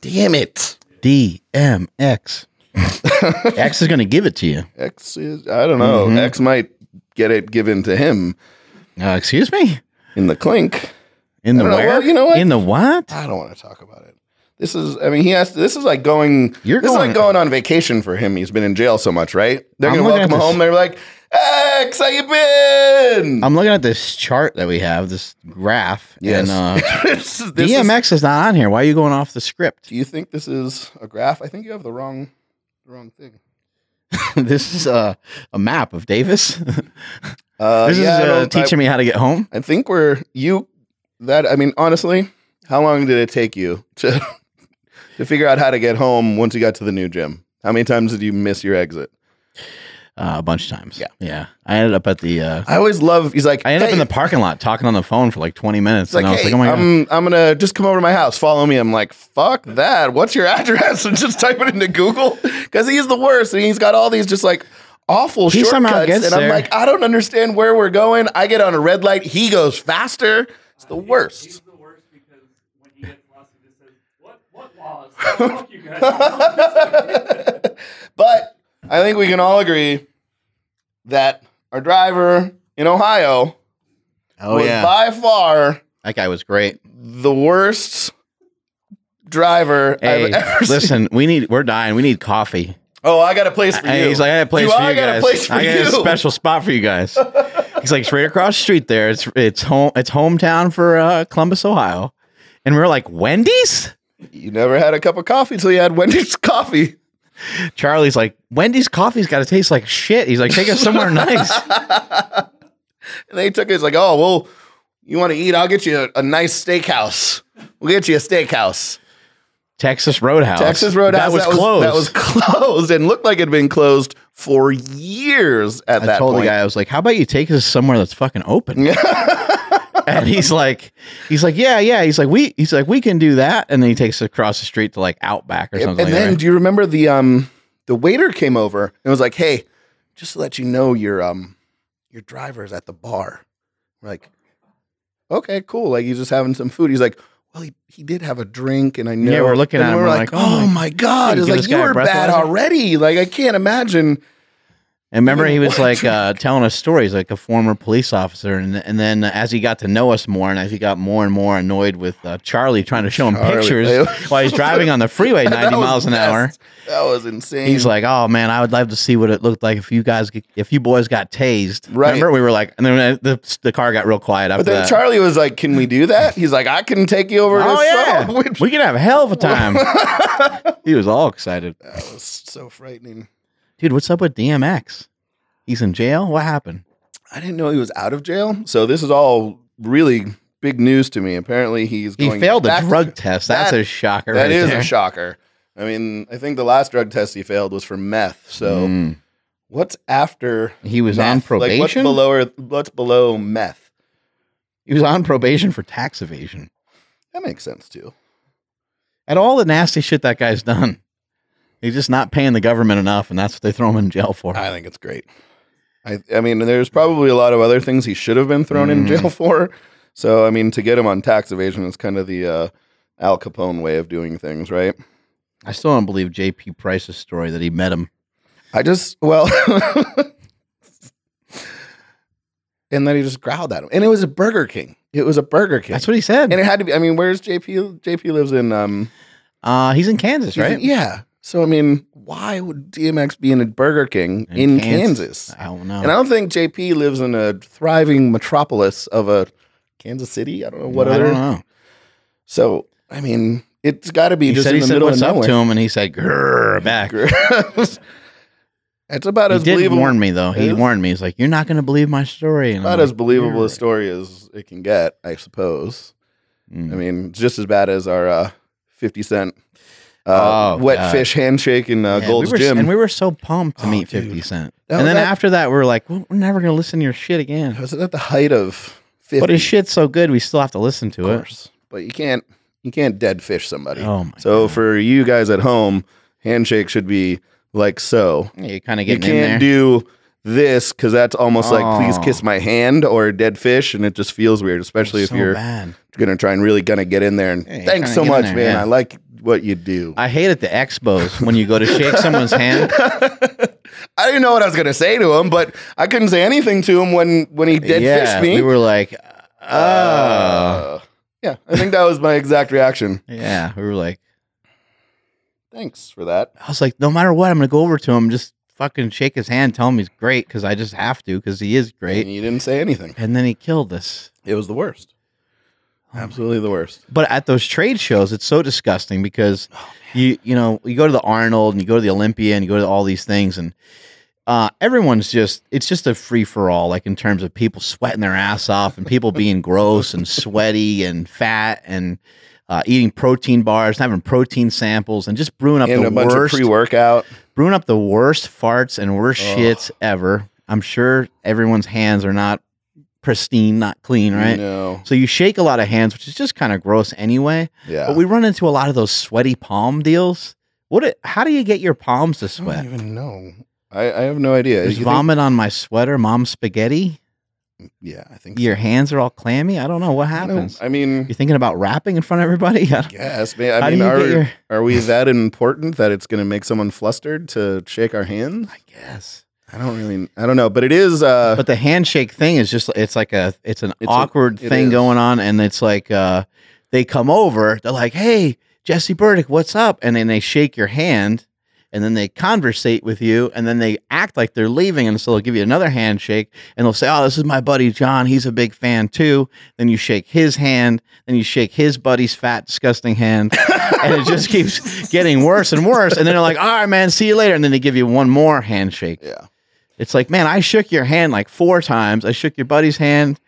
Damn it. DMX. X is going to give it to you. X is, I don't know. Mhm. X might get it given to him Uh, excuse me? in the clink. In the I don't know. where? Well, you know what? In the what? I don't want to talk about it. This is, I mean, he has to, this is like going, You're this is going- like going on vacation for him. He's been in jail so much, right? They're I'm going to looking at welcome him home. this- They're like, X, how you been? I'm looking at this chart that we have, this graph. Yes. And uh, This is- this is- DMX is not on here. Why are you going off the script? do you think this is a graph? I think you have the wrong, the wrong thing. this is a, a map of Davis. Uh, this yeah, I is uh, don't- I- teaching me how to get home. I think we're you that I mean honestly, how long did it take you to to figure out how to get home once you got to the new gym? How many times did you miss your exit? Uh, a bunch of times. Yeah. Yeah. I ended up at the. Uh, I always love he's like I ended "Hey," up in the parking lot talking on the phone for like 20 minutes. it's like, and I was hey, um, like, oh my God. I'm I'm gonna just come over to my house. Follow me. I'm like, fuck that. What's your address? And just type it into Google because he's the worst, and he's got all these just like awful He somehow shortcuts. gets and I'm there. like, I don't understand where we're going. I get on a red light. He goes faster. It's the worst. He's the worst because when he gets lost, he just says, "What? What laws? Fuck you guys." But I think we can all agree that our driver in Ohio oh, was yeah. by far That guy was great. the worst driver I've Hey, ever seen. listen, we need, we're dying. We need coffee. Oh, I got a place for you. Hey, he's like, I got a place Do for I you got guys. a place for I got you. a special spot for you guys. he's like, it's right across the street there. It's it's home. It's hometown for uh, Columbus, Ohio. And we were like, Wendy's. You never had a cup of coffee till you had Wendy's coffee. Charlie's like, Wendy's coffee's got to taste like shit. He's like, take us somewhere nice. And they took it. It's like, oh, well, you want to eat? I'll get you a, a nice steakhouse. We'll get you a steakhouse. Texas Roadhouse. Texas Roadhouse. That was closed. That was closed and looked like it had been closed for years at I that told point. the guy, I was like, how about you take us somewhere that's fucking open? and he's like, he's like, yeah, yeah. He's like, we, he's like, we can do that. And then he takes us across the street to like Outback or and something. like then that. do you remember the um the waiter came over and was like, "Hey, just to let you know, your um your driver's at the bar." We're like, "Okay, cool." Like he's just having some food. He's like, "Well, he, he did have a drink, and I know." we're looking and at him, We're we're like, like, "Oh "Oh my- my god!" Hey, It's give like this you guy a were bad breathalyzer?" already. Like I can't imagine. And remember, he was What? like uh, telling us stories, like a former police officer, and and then as he got to know us more, and as he got more and more annoyed with uh, Charlie trying to show him Charlie. pictures while he's driving on the freeway That ninety was miles an best. hour, That was insane. he's like, "Oh man, I would love to see what it looked like if you guys, if you boys got tased." Right. Remember, we were like, and then uh, the, the car got real quiet after But then that. Charlie was like, "Can we do that?" He's like, "I can take you over." to oh this yeah, song." Which we could have a hell of a time. he was all excited, that was so frightening. dude. What's up with DMX? He's in jail. What happened? I didn't know he was out of jail. So this is all really big news to me. Apparently, he's He going failed the back to- drug test. That's That- a shocker. That right is there. a shocker. I mean, I think the last drug test he failed was for meth. So Mm. what's after? He was meth? on Like, what's probation. below? What's below meth? he was on probation for tax evasion. That makes sense too. At all the nasty shit that guy's done, he's just not paying the government enough, and that's what they throw him in jail for. I think it's great. I, I mean, there's probably a lot of other things he should have been thrown in Mm. jail for. So I mean, to get him on tax evasion is kind of the uh, Al Capone way of doing things, right? I still don't believe J.P. Price's story that he met him. I just well, and then he just growled at him, and it was a Burger King. It was a Burger King. That's what he said. and it had to be. I mean, where's JP? JP lives in um, Uh, he's in Kansas, he's in- right? yeah. So I mean, why would DMX be in a Burger King in, Kansas? I don't know. And I don't think JP lives in a thriving metropolis of a Kansas City. I don't know what I other. don't know. So I mean, it's got to be He just said in he the said middle what's of up nowhere. to him, and he said grrr back. it's about He as did believable. warn me though. He Is- warned me. He's like, "You're not going to believe my story." And I'm About like, as believable a "You're story as it can get, I suppose. right." Mm. I mean, it's just as bad as our uh, fifty cent uh, Oh, wet God. fish handshake in uh, Yeah, Gold's we were, Gym. And we were so pumped to Oh, meet dude. 50 Cent. That and was then at- after that, we were like, well, we're never going to listen to your shit again. I was at the height of fifty. But his shit's so good, we still have to listen of to it. course. But you can't you can't dead fish somebody. Oh, my so God. for you guys at home, handshake should be like so. Yeah, You're kind of You getting in there. can't do this because that's almost like please Oh. kiss my hand or a dead fish, and it just feels weird, especially if so you're bad. gonna try and really gonna get in there. And Yeah, you're thanks trying so to get in much, there, man. yeah. I like what you do. I hate at the expos when you go to shake someone's hand. I didn't know what I was gonna say to him, but I couldn't say anything to him when when he dead yeah, fished me. we were like, oh, Uh, yeah, I think that was my exact reaction. yeah, we were like, Thanks for that. I was like, no matter what, I'm gonna go over to him, just fucking shake his hand, tell him he's great because I just have to because he is And great. you didn't say anything. And then he killed us. It was the worst. Oh. Absolutely the worst. But at those trade shows, it's so disgusting because Oh, you you know you go to the Arnold and you go to the Olympia and you go to all these things and uh, everyone's just it's just a free for all like in terms of people sweating their ass off and people being gross and sweaty and fat and uh, eating protein bars and having protein samples and just brewing up and the a bunch worst of pre-workout. brewing up the worst farts and worst Ugh. shits ever. I'm sure everyone's hands are not pristine, not clean, right? No. So you shake a lot of hands, which is just kind of gross anyway. Yeah. But we run into a lot of those sweaty palm deals. What? a- How do you get your palms to I don't sweat? even know. I, I have no idea. There's Oh You think- vomit on my sweater, mom's spaghetti. yeah, I think so. Your hands are all clammy. I don't know what I, don't- happens. I mean, You're thinking about rapping in front of everybody. I don't- yes, man. I how do mean, you are, get your? are we that important that it's going to make someone flustered to shake our hands? I guess. I don't really, I don't know, but it is. Uh, But the handshake thing is just—it's like a—it's an It's a- awkward it thing is. going on, and it's like uh, they come over. They're like, "Hey, Jesse Burdick, what's up?" And then they shake your hand, and then they conversate with you, and then they act like they're leaving, and so they'll give you another handshake, and they'll say, "Oh, this is my buddy John. He's a big fan too." Then you shake his hand, then you shake his buddy's fat, disgusting hand, and it just keeps getting worse and worse. And then they're like, "All right, man, see you later," and then they give you one more handshake. yeah, It's like, man, I shook your hand like four times. I shook your buddy's hand.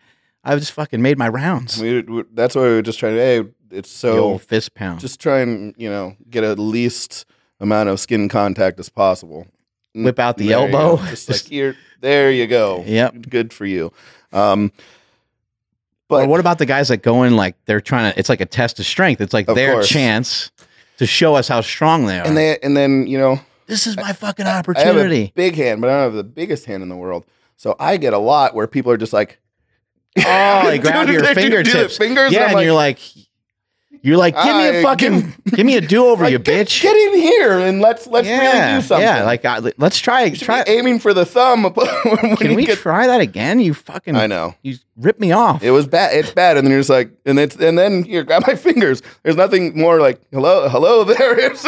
I just fucking made my rounds. we, we, that's why we were just trying to. Hey, it's The so old fist pound. just try and you know get at least amount of skin contact as possible. N- Whip out the there you go. elbow. just Just- like here, there you go. Yep. good for you. Um, or but what about the guys that go in like they're trying to? It's like a test of strength. It's like Of their course. chance to show us how strong they are. and they and then you know this is my fucking I have opportunity. a big hand, but I don't have the biggest hand in the world. So I get a lot where people are just like, oh, they grab do- your do the fingertips. fingers, yeah, and I'm and you're like, you're like, give me a I- fucking, give me a do over, like, you get, bitch. Get in here and let's let's yeah, really do something. yeah. Like, I, let's try, you should try. be aiming for the thumb. when Can you we get- try that again? You fucking, I know. you rip me off. It was bad. It's bad, and then you're just like, and it's, and then here, grab my fingers. There's nothing more like, hello, hello, there. It's-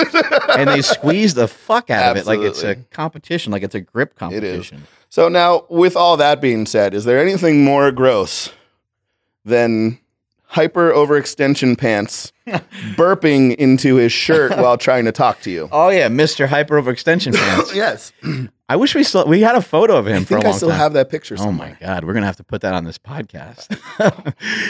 and they squeeze the fuck out of it like it's a Absolutely. competition, like it's a grip It is. competition. so now, with all that being said, is there anything more gross than hyper overextension pants burping into his shirt while trying to talk to you? Oh yeah, Mister Hyper Overextension Pants. Oh, yes, I wish we still we had a photo of him I for a think long I still time. have that picture. oh Somewhere. my god, we're gonna have to put that on this podcast.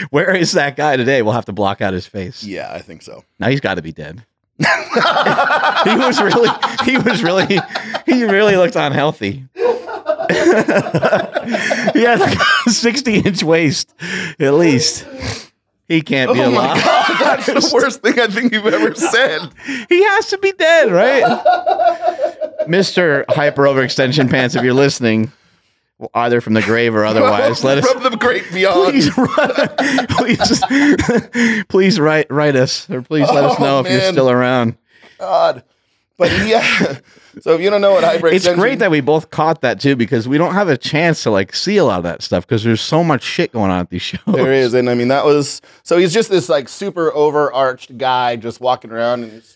Where is that guy today? We'll have to block out his face. Yeah, I think so. Now he's got to be dead. he was really, he was really, he really looked unhealthy. he had like a 60 inch waist, at least. He can't be Oh alive. my god, that's the worst thing I think you've ever said. He has to be dead, right? Mr. Hyper Overextension Pants, if you're listening, well, either from the grave or otherwise, let us from the great beyond. please, write- please, please write write us or please let us Oh, know if you're man. still around. God. But yeah, so if you don't know what hyperextension, It's great that we both caught that too because we don't have a chance to like see a lot of that stuff because there's so much shit going on at these shows. there is, and I mean that was so he's just this like super overarched guy just walking around and he's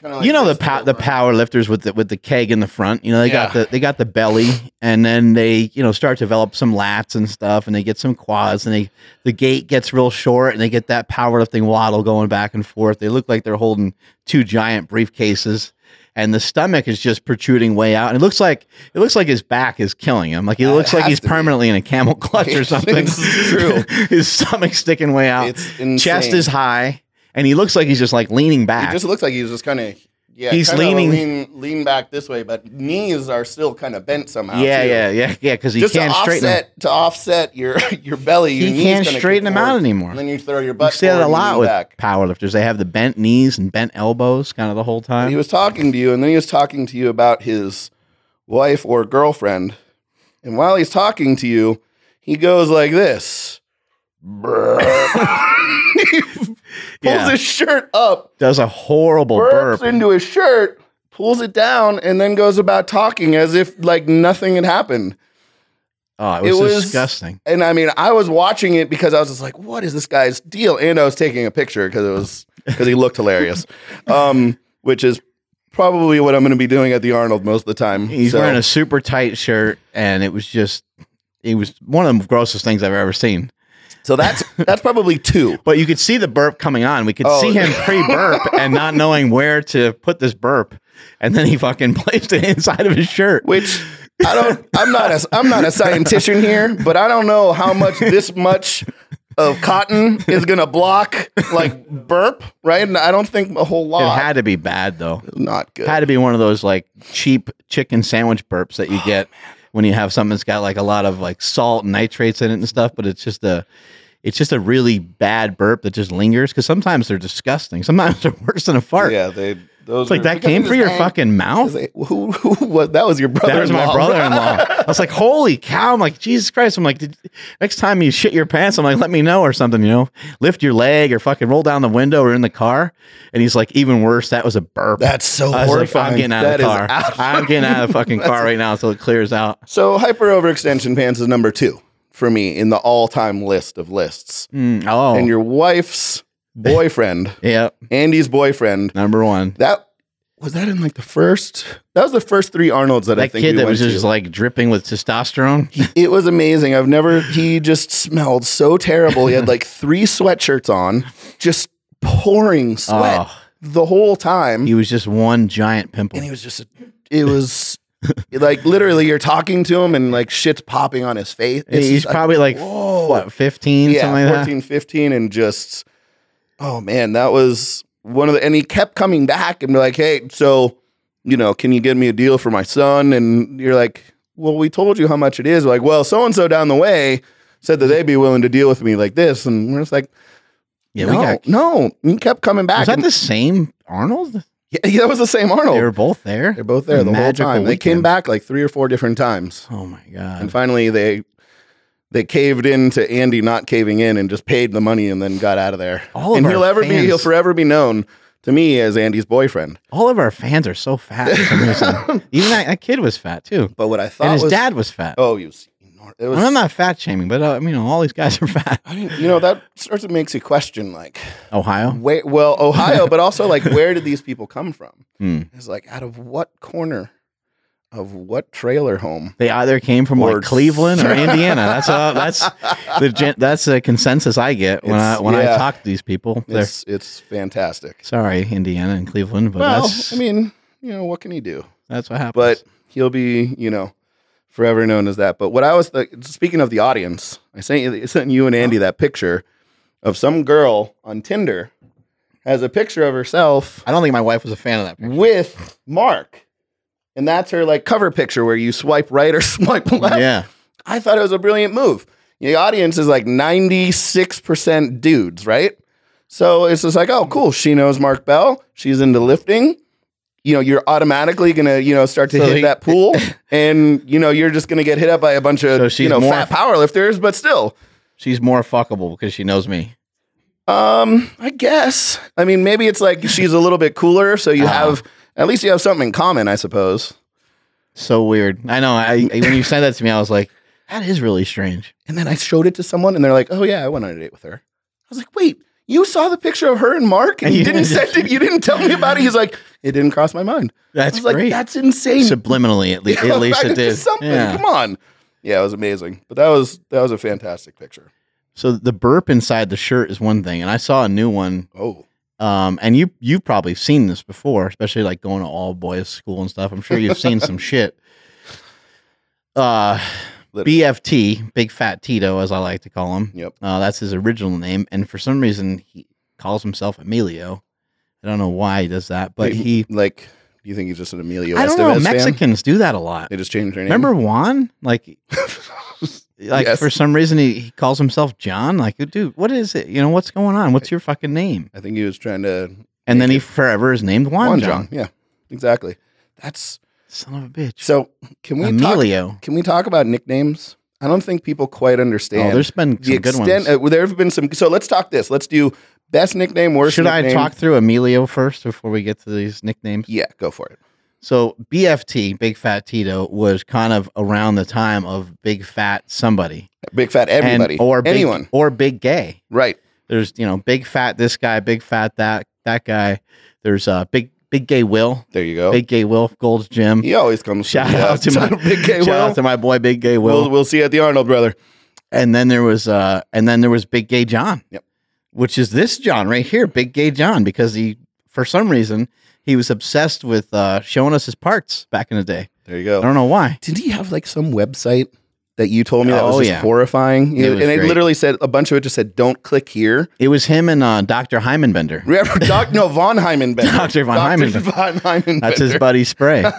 kinda like you know the this pow- the over. power lifters with the with the keg in the front. You know they got Yeah. the they got the belly, and then they you know start to develop some lats and stuff, and they get some quads, and they the gate gets real short, and they get that powerlifting waddle going back and forth. They look like they're holding two giant briefcases, and the stomach is just protruding way out, and it looks like it looks like his back is killing him. Like he looks like has he's to be. permanently in a camel clutch or It's something. true. his stomach's sticking way out. It's insane. Chest is high, and he looks like he's just like leaning It back. just looks like he's just kind of yeah. He's kinda leaning- lean, lean back this way, but knees are still kind of bent somehow. Yeah, too. yeah, yeah, yeah. Because he Just to can't straighten. them. offset to offset your your belly, your He knees can't kinda straighten them contort, out anymore. And then you throw your You butt. see that forward a and lot lean with back. powerlifters. They have the bent knees and bent elbows, kind of the whole And time. he was talking to you, and then he was talking to you about his wife or girlfriend. And while he's talking to you, he goes like this. Brrr. pulls Yeah. his shirt up, Does a horrible burps burp. into his shirt, pulls it down, and then goes about talking as if like nothing had happened. oh, it was, it was- disgusting. And I mean, I was watching it because I was just like, "What is this guy's deal?" And I was taking a picture because it was because he looked hilarious, um, which is probably what I'm going to be doing at the Arnold most of the time. He's So- wearing a super tight shirt, and it was just, it was one of the grossest things I've ever seen. so that's that's probably two. But you could see the burp coming on. We could Oh. see him pre-burp and not knowing where to put this burp, and then he fucking placed it inside of his shirt. which I don't. I'm not a. I'm not a scientician here, but I don't know how much this much of cotton is gonna block like burp, right? And I don't think a whole It lot. had to be bad though. not good. had to be one of those like cheap chicken sandwich burps that you get when you have something that's got like a lot of like salt and nitrates in it and stuff but it's just a it's just a really bad burp that just lingers because sometimes they're disgusting sometimes they're worse than a fart yeah, they. Those it's like are- that came from your fucking mouth They- Who, who was that? Was your brother? that was my brother-in-law i was like holy cow i'm like jesus christ i'm like Did, next time you shit your pants i'm like let me know or something you know lift your leg or fucking roll down the window or in the car and he's like even worse that was a burp That's so I was like, horrifying. I'm getting out That of is the car. out- I'm getting out of the fucking car right now until it clears out. So hyper overextension pants is number two for me in the all-time list of lists. Mm, oh, And your wife's boyfriend, yep, Andy's boyfriend, number one. That was that in like the first. That was the first three Arnolds that, I That think kid we that went was just to. like dripping with testosterone. it was amazing. I've never. He just smelled so terrible. He had like three sweatshirts on, just pouring sweat Oh, the whole time, he was just one giant pimple. and he was just. a- It was. Like literally, you're talking to him and like shit's popping on his face. It's He's just like, probably like whoa, what, fifteen, yeah, something like that. 14, 15, and just oh man, that was one of the and he kept coming back and be like, hey, so you know, can you get me a deal for my son? And you're like, well, we told you how much it is. Like, well, so and so down the way said that they'd be willing to deal with me like this, and we're just like, Yeah, no, we got. no, and he kept coming back. Was that and- the same Arnold? yeah, yeah, that was the same They were Arnold. both there. Oh, They're both there the whole Magical time. They came weekend. back like three or four different times. Oh my And god! finally, they they caved in to Andy not caving in and just paid the money and then got out of there. All of and our he'll ever be fans- he'll forever be known to me as Andy's boyfriend. All of our fans are so fat. For some reason. Even that, that kid was fat too, But what I thought and his was dad was fat. oh, you was, enor- it was I'm not fat shaming, but uh, I mean, all these guys are fat. I didn't- e you know that sort of makes you question like Ohio. where well Ohio, but also like where did these people come from? Hmm. It's like out of what corner of what trailer home? They either came from Or- like Cleveland or Indiana. That's uh, that's the gen- that's the consensus I get when I It's- when I yeah. talk to these people. They're It's it's fantastic. sorry, Indiana and Cleveland, but well, that's I mean, you know what can he do? that's what happens. but he'll be you know forever known as that but what i was th- speaking of the audience i sent you sent you and andy that picture of some girl on tinder has a picture of herself I don't think my wife was a fan of that. picture. with mark and that's her like cover picture where you swipe right or swipe left Yeah, i thought it was a brilliant move the audience is like 96% dudes right so it's just like oh cool she knows mark bell she's into lifting you know you're automatically gonna you know start to So hit he- that pool and you know you're just gonna get hit up by a bunch of So she's you know more- fat powerlifters but still she's more fuckable because she knows me. um i guess i mean maybe it's like she's a little bit cooler so you Ah. have at least you have something in common i suppose So weird. I know. I I- when you said that to me, I was like, that is really strange. and then i showed it to someone and they're like oh yeah i went on a date with her i was like wait you saw the picture of her and mark and you didn't send it you didn't tell me about it he's like it didn't cross my mind I That's was like great. that's insane Subliminally, at least, at least Right? it did. something Yeah. come on yeah it was amazing but that was that was a fantastic picture So the burp inside the shirt is one thing, and I saw a new one oh um, and you you've probably seen this before, especially like going to all boys school and stuff. I'm sure you've seen some shit. Uh, Literally. BFT, Big Fat Tito, as I like to call him. Yep. Uh, that's his original name, and for some reason he calls himself Emilio. I don't know why he does that, but Wait, he. like, do you think he's just an Emilio I Estevez don't know. fan? Mexicans do that a lot. They just changed their name. Remember Juan? Like, like Yes. for some reason he, he calls himself John. Like, dude, what is it? You know what's going on? What's your fucking name? I think he was trying to And then he forever is named Juan, Juan John. John. Yeah, exactly. That's Son of a bitch. so. Can we talk? Emilio. Can we talk about nicknames? I don't think people quite oh, understand there's been some the good extent. ones. uh, there have been some. So let's talk this. Let's do Best nickname, worst Should I nickname. talk through Emilio first before we get to these nicknames? Yeah, go for it. So BFT, Big Fat Tito, was kind of around the time of Big Fat somebody, Big fat And- everybody. or big, anyone. or Big Gay. Right. There's you know Big Fat this guy, Big Fat that that guy. There's uh Big Big Gay Will, There you go. Big Gay Will, Gold's Gym. he always comes. Shout out to my big K shout Will. out to my boy Big Gay Will. We'll, we'll see you at the Arnold, brother. and then there was uh and then there was Big Gay John. Yep. Which is this John right here, Big Gay John, because he for some reason he was obsessed with uh showing us his parts back in the day. There you I go. don't know why. Did he have like some website that you told me that Oh, was just yeah. horrifying? It You- was and it great. literally said a bunch of it just said, "Don't click here." It was him and uh Dr. Hymenbender. Remember, Doc, no, von Heimenbender. Dr. von Dr. Heimenbender. Von Heimenbender. That's his buddy Spray.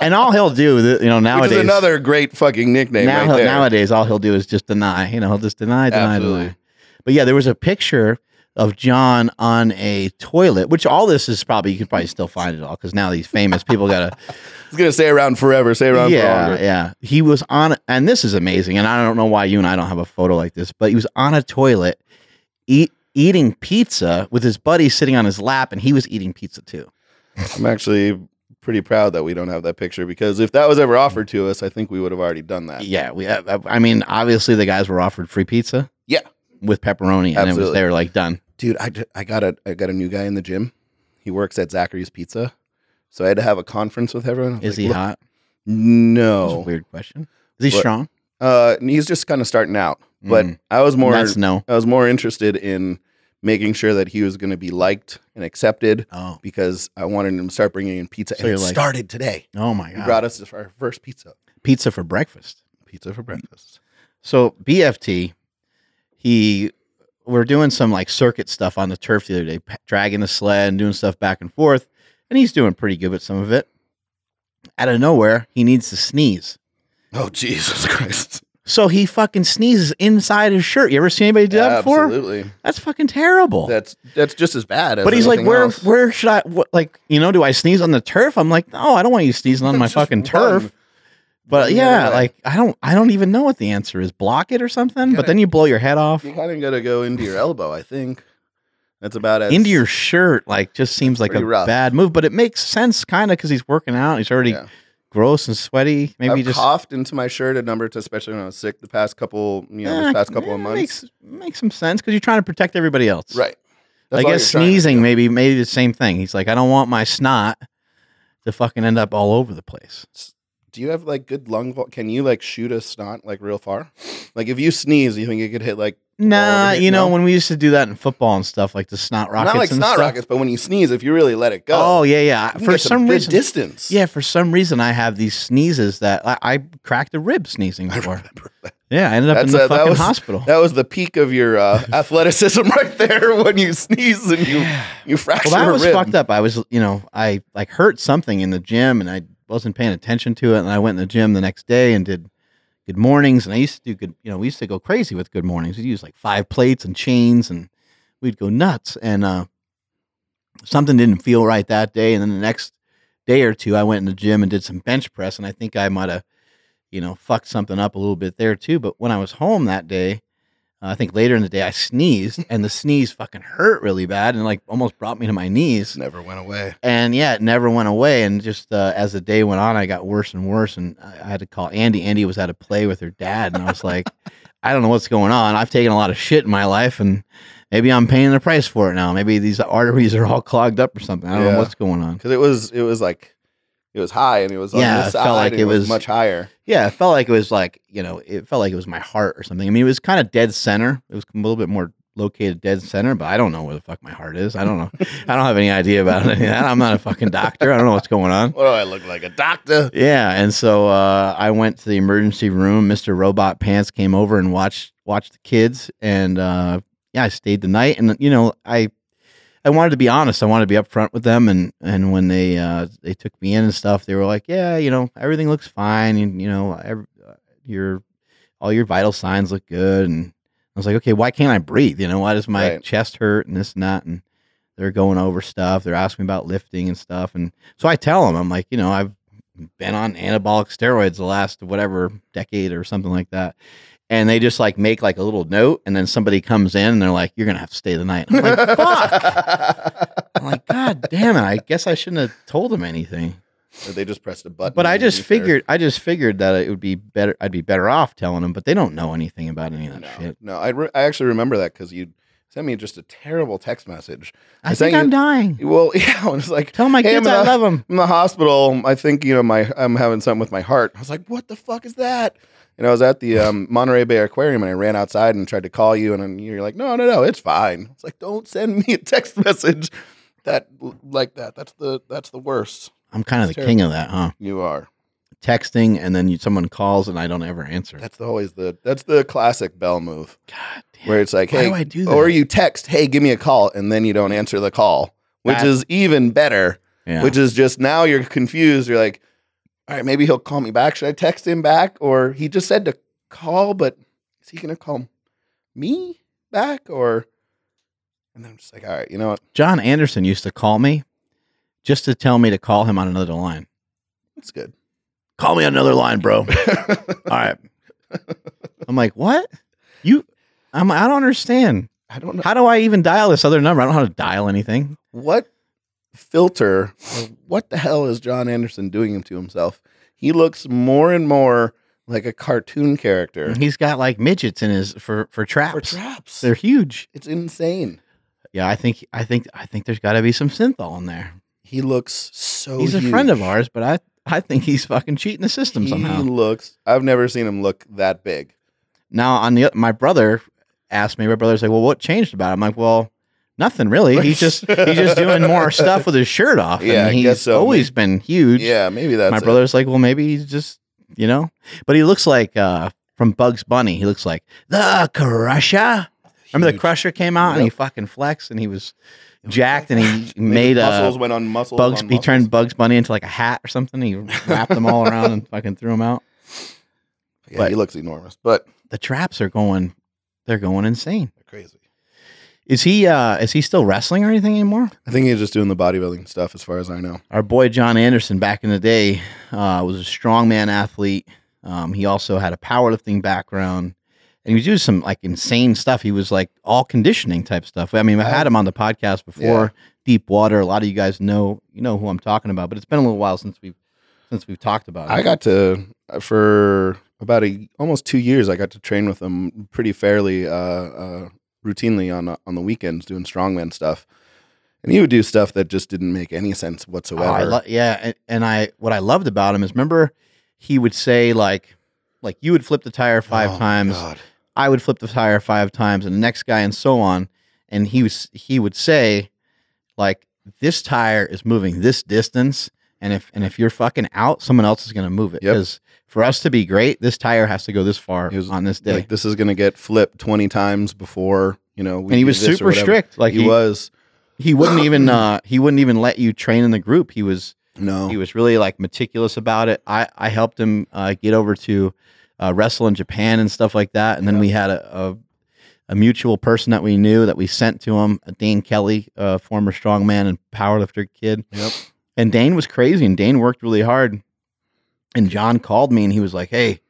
and all he'll do, th- you know, Which nowadays is another great fucking nickname now right he'll- there. nowadays all he'll do is just deny. You know, he'll just deny, deny, Absolutely. deny. But yeah, there was a picture of John on a toilet, which all this is probably you could probably still find it all because now these famous people gotta I was gonna stay around forever. Stay around yeah, forever. Yeah. He was on, and this is amazing. And I don't know why you and I don't have a photo like this, but he was on a toilet eat, eating pizza with his buddy sitting on his lap, and he was eating pizza too. I'm actually pretty proud that we don't have that picture because if that was ever offered to us, I think we would have already done that. Yeah. We, I, I mean, obviously the guys were offered free pizza. Yeah. With pepperoni, and it was Absolutely. they were like done. dude I, ju- I got a i got a new guy in the gym he works at zachary's pizza so i had to have a conference with everyone I was like, Is he "Look, oh. hot? That's a no weird question. Is he What? strong? uh and he's just kind of starting out but Mm. i was more that's no. i was more interested in making sure that he was going to be liked and accepted Oh, because i wanted him to start bringing in pizza So and you're it like- started today oh my he god! brought us our first pizza Pizza for breakfast. pizza for breakfast So BFT, he we're doing some like circuit stuff on the turf the other day, p- dragging the sled and doing stuff back and forth, and he's doing pretty good with some of it. Out of nowhere, he needs to sneeze. oh jesus christ So he fucking sneezes inside his shirt. You ever seen anybody do that before? absolutely That's fucking terrible. that's that's just as bad as but he's like, anything where, else. where should I? What, like, you know, do I sneeze on the turf? I'm like, no, I don't want you sneezing on my Just fucking run. turf. But Run the other yeah, way. like I don't, I don't even know what the answer is. Block it or something. But Gotta- then you blow your head off. You kind of got to go into your elbow, I think. That's about as into your shirt like just seems like a pretty rough. bad move but it makes sense kind of because he's working out he's already Yeah. gross and sweaty maybe I've just coughed into my shirt a number, especially when I was sick. The past couple, you know, Eh, this past couple eh, of months, makes, makes some sense because you're trying to protect everybody else right? i all you're guess trying to sneezing do. maybe maybe the same thing he's like i don't want my snot to fucking end up all over the place Do you have like good lung? Vo- can you like shoot a snot like real far? Like if you sneeze, you think it could hit like nah over here, you know no? when we used to do that in football and stuff like the snot rockets not like and snot stuff. rockets, but when you sneeze, if you really let it go, oh yeah yeah you can for get some good reason distance. yeah for some reason i have these sneezes that i, I cracked a rib sneezing I before remember that. yeah i ended up That's in the a- that fucking was- hospital That was the peak of your uh, athleticism right there when you sneeze and you you fracture Well, that was a rib. fucked up. I was, you know, I like hurt something in the gym and I wasn't paying attention to it. And I went in the gym the next day and did good mornings. And I used to do good, you know, we used to go crazy with good mornings. We'd use like five plates and chains and we'd go nuts. And uh, something didn't feel right that day. And then the next day or two, I went in the gym and did some bench press. And I think I might have, you know, fucked something up a little bit there too. But when I was home that day, uh, I think later in the day I sneezed and the sneeze fucking hurt really bad and like almost brought me to my knees. Never went away. And yeah, it never went away. And just uh, as the day went on, I got worse and worse. And I, I had to call Andy. Andy was at a play with her dad. And I was like, I don't know what's going on. I've taken a lot of shit in my life and maybe I'm paying the price for it now. Maybe these arteries are all clogged up or something. I don't Yeah. know what's going on. because it was it was like it was high and it was Yeah, on it this felt side like and it it was, was- much higher. Yeah, it felt like it was like, you know, it felt like it was my heart or something. I mean, it was kind of dead center. It was a little bit more located dead center, but I don't know where the fuck my heart is. I don't know. I don't have any idea about any of that. I'm not a fucking doctor. I don't know what's going on. What do I look like, a doctor? Yeah, and so uh, I went to the emergency room. Mister Robot Pants came over and watched watched the kids, and uh, yeah, I stayed the night. And you know, I I wanted to be honest. I wanted to be upfront with them. And and when they uh, they took me in and stuff, they were like, "Yeah, you know, everything looks fine. And you know, ev- your all your vital signs look good." And I was like, "Okay, why can't I breathe? You know, why does my Right. chest hurt and this and that?" And they're going over stuff. They're asking me about lifting and stuff. And so I tell them, I'm like, you know, I've been on anabolic steroids the last whatever decade or something like that. and they just like make like a little note, and then somebody comes in and they're like, "You're gonna have to stay the night." I'm like, "Fuck!" I'm like, "God damn it! I guess I shouldn't have told them anything." Or they just pressed a button. But I and just you there. figured, I just figured that it would be better. I'd be better off telling them, but they don't know anything about any of that No, "Ah, shit. no I, re- I actually remember that because you sent me just a terrible text message. I, I think think I'm you- dying. Well, yeah, and it's like Tell my Hey, kids I'm I not- love them. I'm in the hospital. I think you know my I'm having something with my heart. I was like, what the fuck is that? And I was at the um, Monterey Bay Aquarium and I ran outside and tried to call you and then you're like, no, no, no, it's fine. It's like, don't send me a text message that like that. That's the that's the worst. I'm kind of the It's king of that, huh? You are. Texting and then you, someone calls and I don't ever answer. That's the, always the that's the classic bell move God damn. where it's like, Why hey, do I do that? or you text, hey, give me a call, and then you don't answer the call, which That- is even better. yeah. which is just now you're confused. You're like, all right, maybe he'll call me back. Should I text him back? Or he just said to call, but is he going to call me back? Or, and then I'm just like, all right, you know what? John Anderson used to call me just to tell me to call him on another line. It's good. Call me on another line, bro. All right. I'm like, what? You? I'm. I don't understand. I don't know. How do I even dial this other number? I don't know how to dial anything. What filter, or what the hell is John Anderson doing him to himself? He looks more and more like a cartoon character. He's got like midgets in his for for For traps. traps. They're huge. It's insane. Yeah, I think I think I think there's got to be some synthol in there. He looks so he's a friend of Oh, huge. ours, but I I think he's fucking cheating the system he somehow. looks. I've never seen him look that big. Now on the my brother asked me. My brother's like, "Well, what changed about?" It? I'm like, "Well, nothing really. He's just he's just doing more stuff with his shirt off. and Yeah, I he's guess so. always been huge. Yeah, maybe that's my it. brother's like, well, maybe he's just, you know, but he looks like uh, from Bugs Bunny. He looks like the Crusher. Remember the Huge. Crusher came out and he Yep. fucking flexed and he was jacked and he made muscles a went on muscles. Bugs. on He muscles. turned Bugs Bunny into like a hat or something. He wrapped them all around and fucking threw them out. Yeah, but- he looks enormous, but The traps are going, they're going insane. crazy. Is he uh is he still wrestling or anything anymore? I think he's just doing the bodybuilding stuff, as far as I know. Our boy John Anderson back in the day uh, was a strongman athlete. Um, he also had a powerlifting background, and he was doing some like insane stuff. He was like all conditioning type stuff. I mean, I had him on the podcast before. Deep water. A lot of you guys know you know who I'm talking about, but it's been a little while since we've since we've talked about it. I got to uh, for about a almost two years. I got to train with him pretty fairly, uh, uh, routinely on uh, on the weekends doing strongman stuff, and he would do stuff that just didn't make any sense Oh, I whatsoever. lo- yeah, and, and I what I loved about him is remember he would say like like you would flip the tire five five times. I would flip the tire five times, and the next guy, and so on. And he was he would say, like, this tire is moving this distance, and if and if you're fucking out, someone else is going to move it Yep. because for us to be great, this tire has to go this far He was on this day. Like this is gonna get flipped twenty times before you know. We and he do was this or super whatever. strict. Like he, he, was he wouldn't even uh, he wouldn't even let you train in the group. He was no. he was really like meticulous about it. I, I helped him uh, get over to uh, wrestle in Japan and stuff like that. And then Yeah. we had a, a a mutual person that we knew that we sent to him, uh, Dane Kelly, a former strongman and powerlifter kid. Yep. And Dane was crazy, and Dane worked really hard. And John called me, and he was like, "Hey,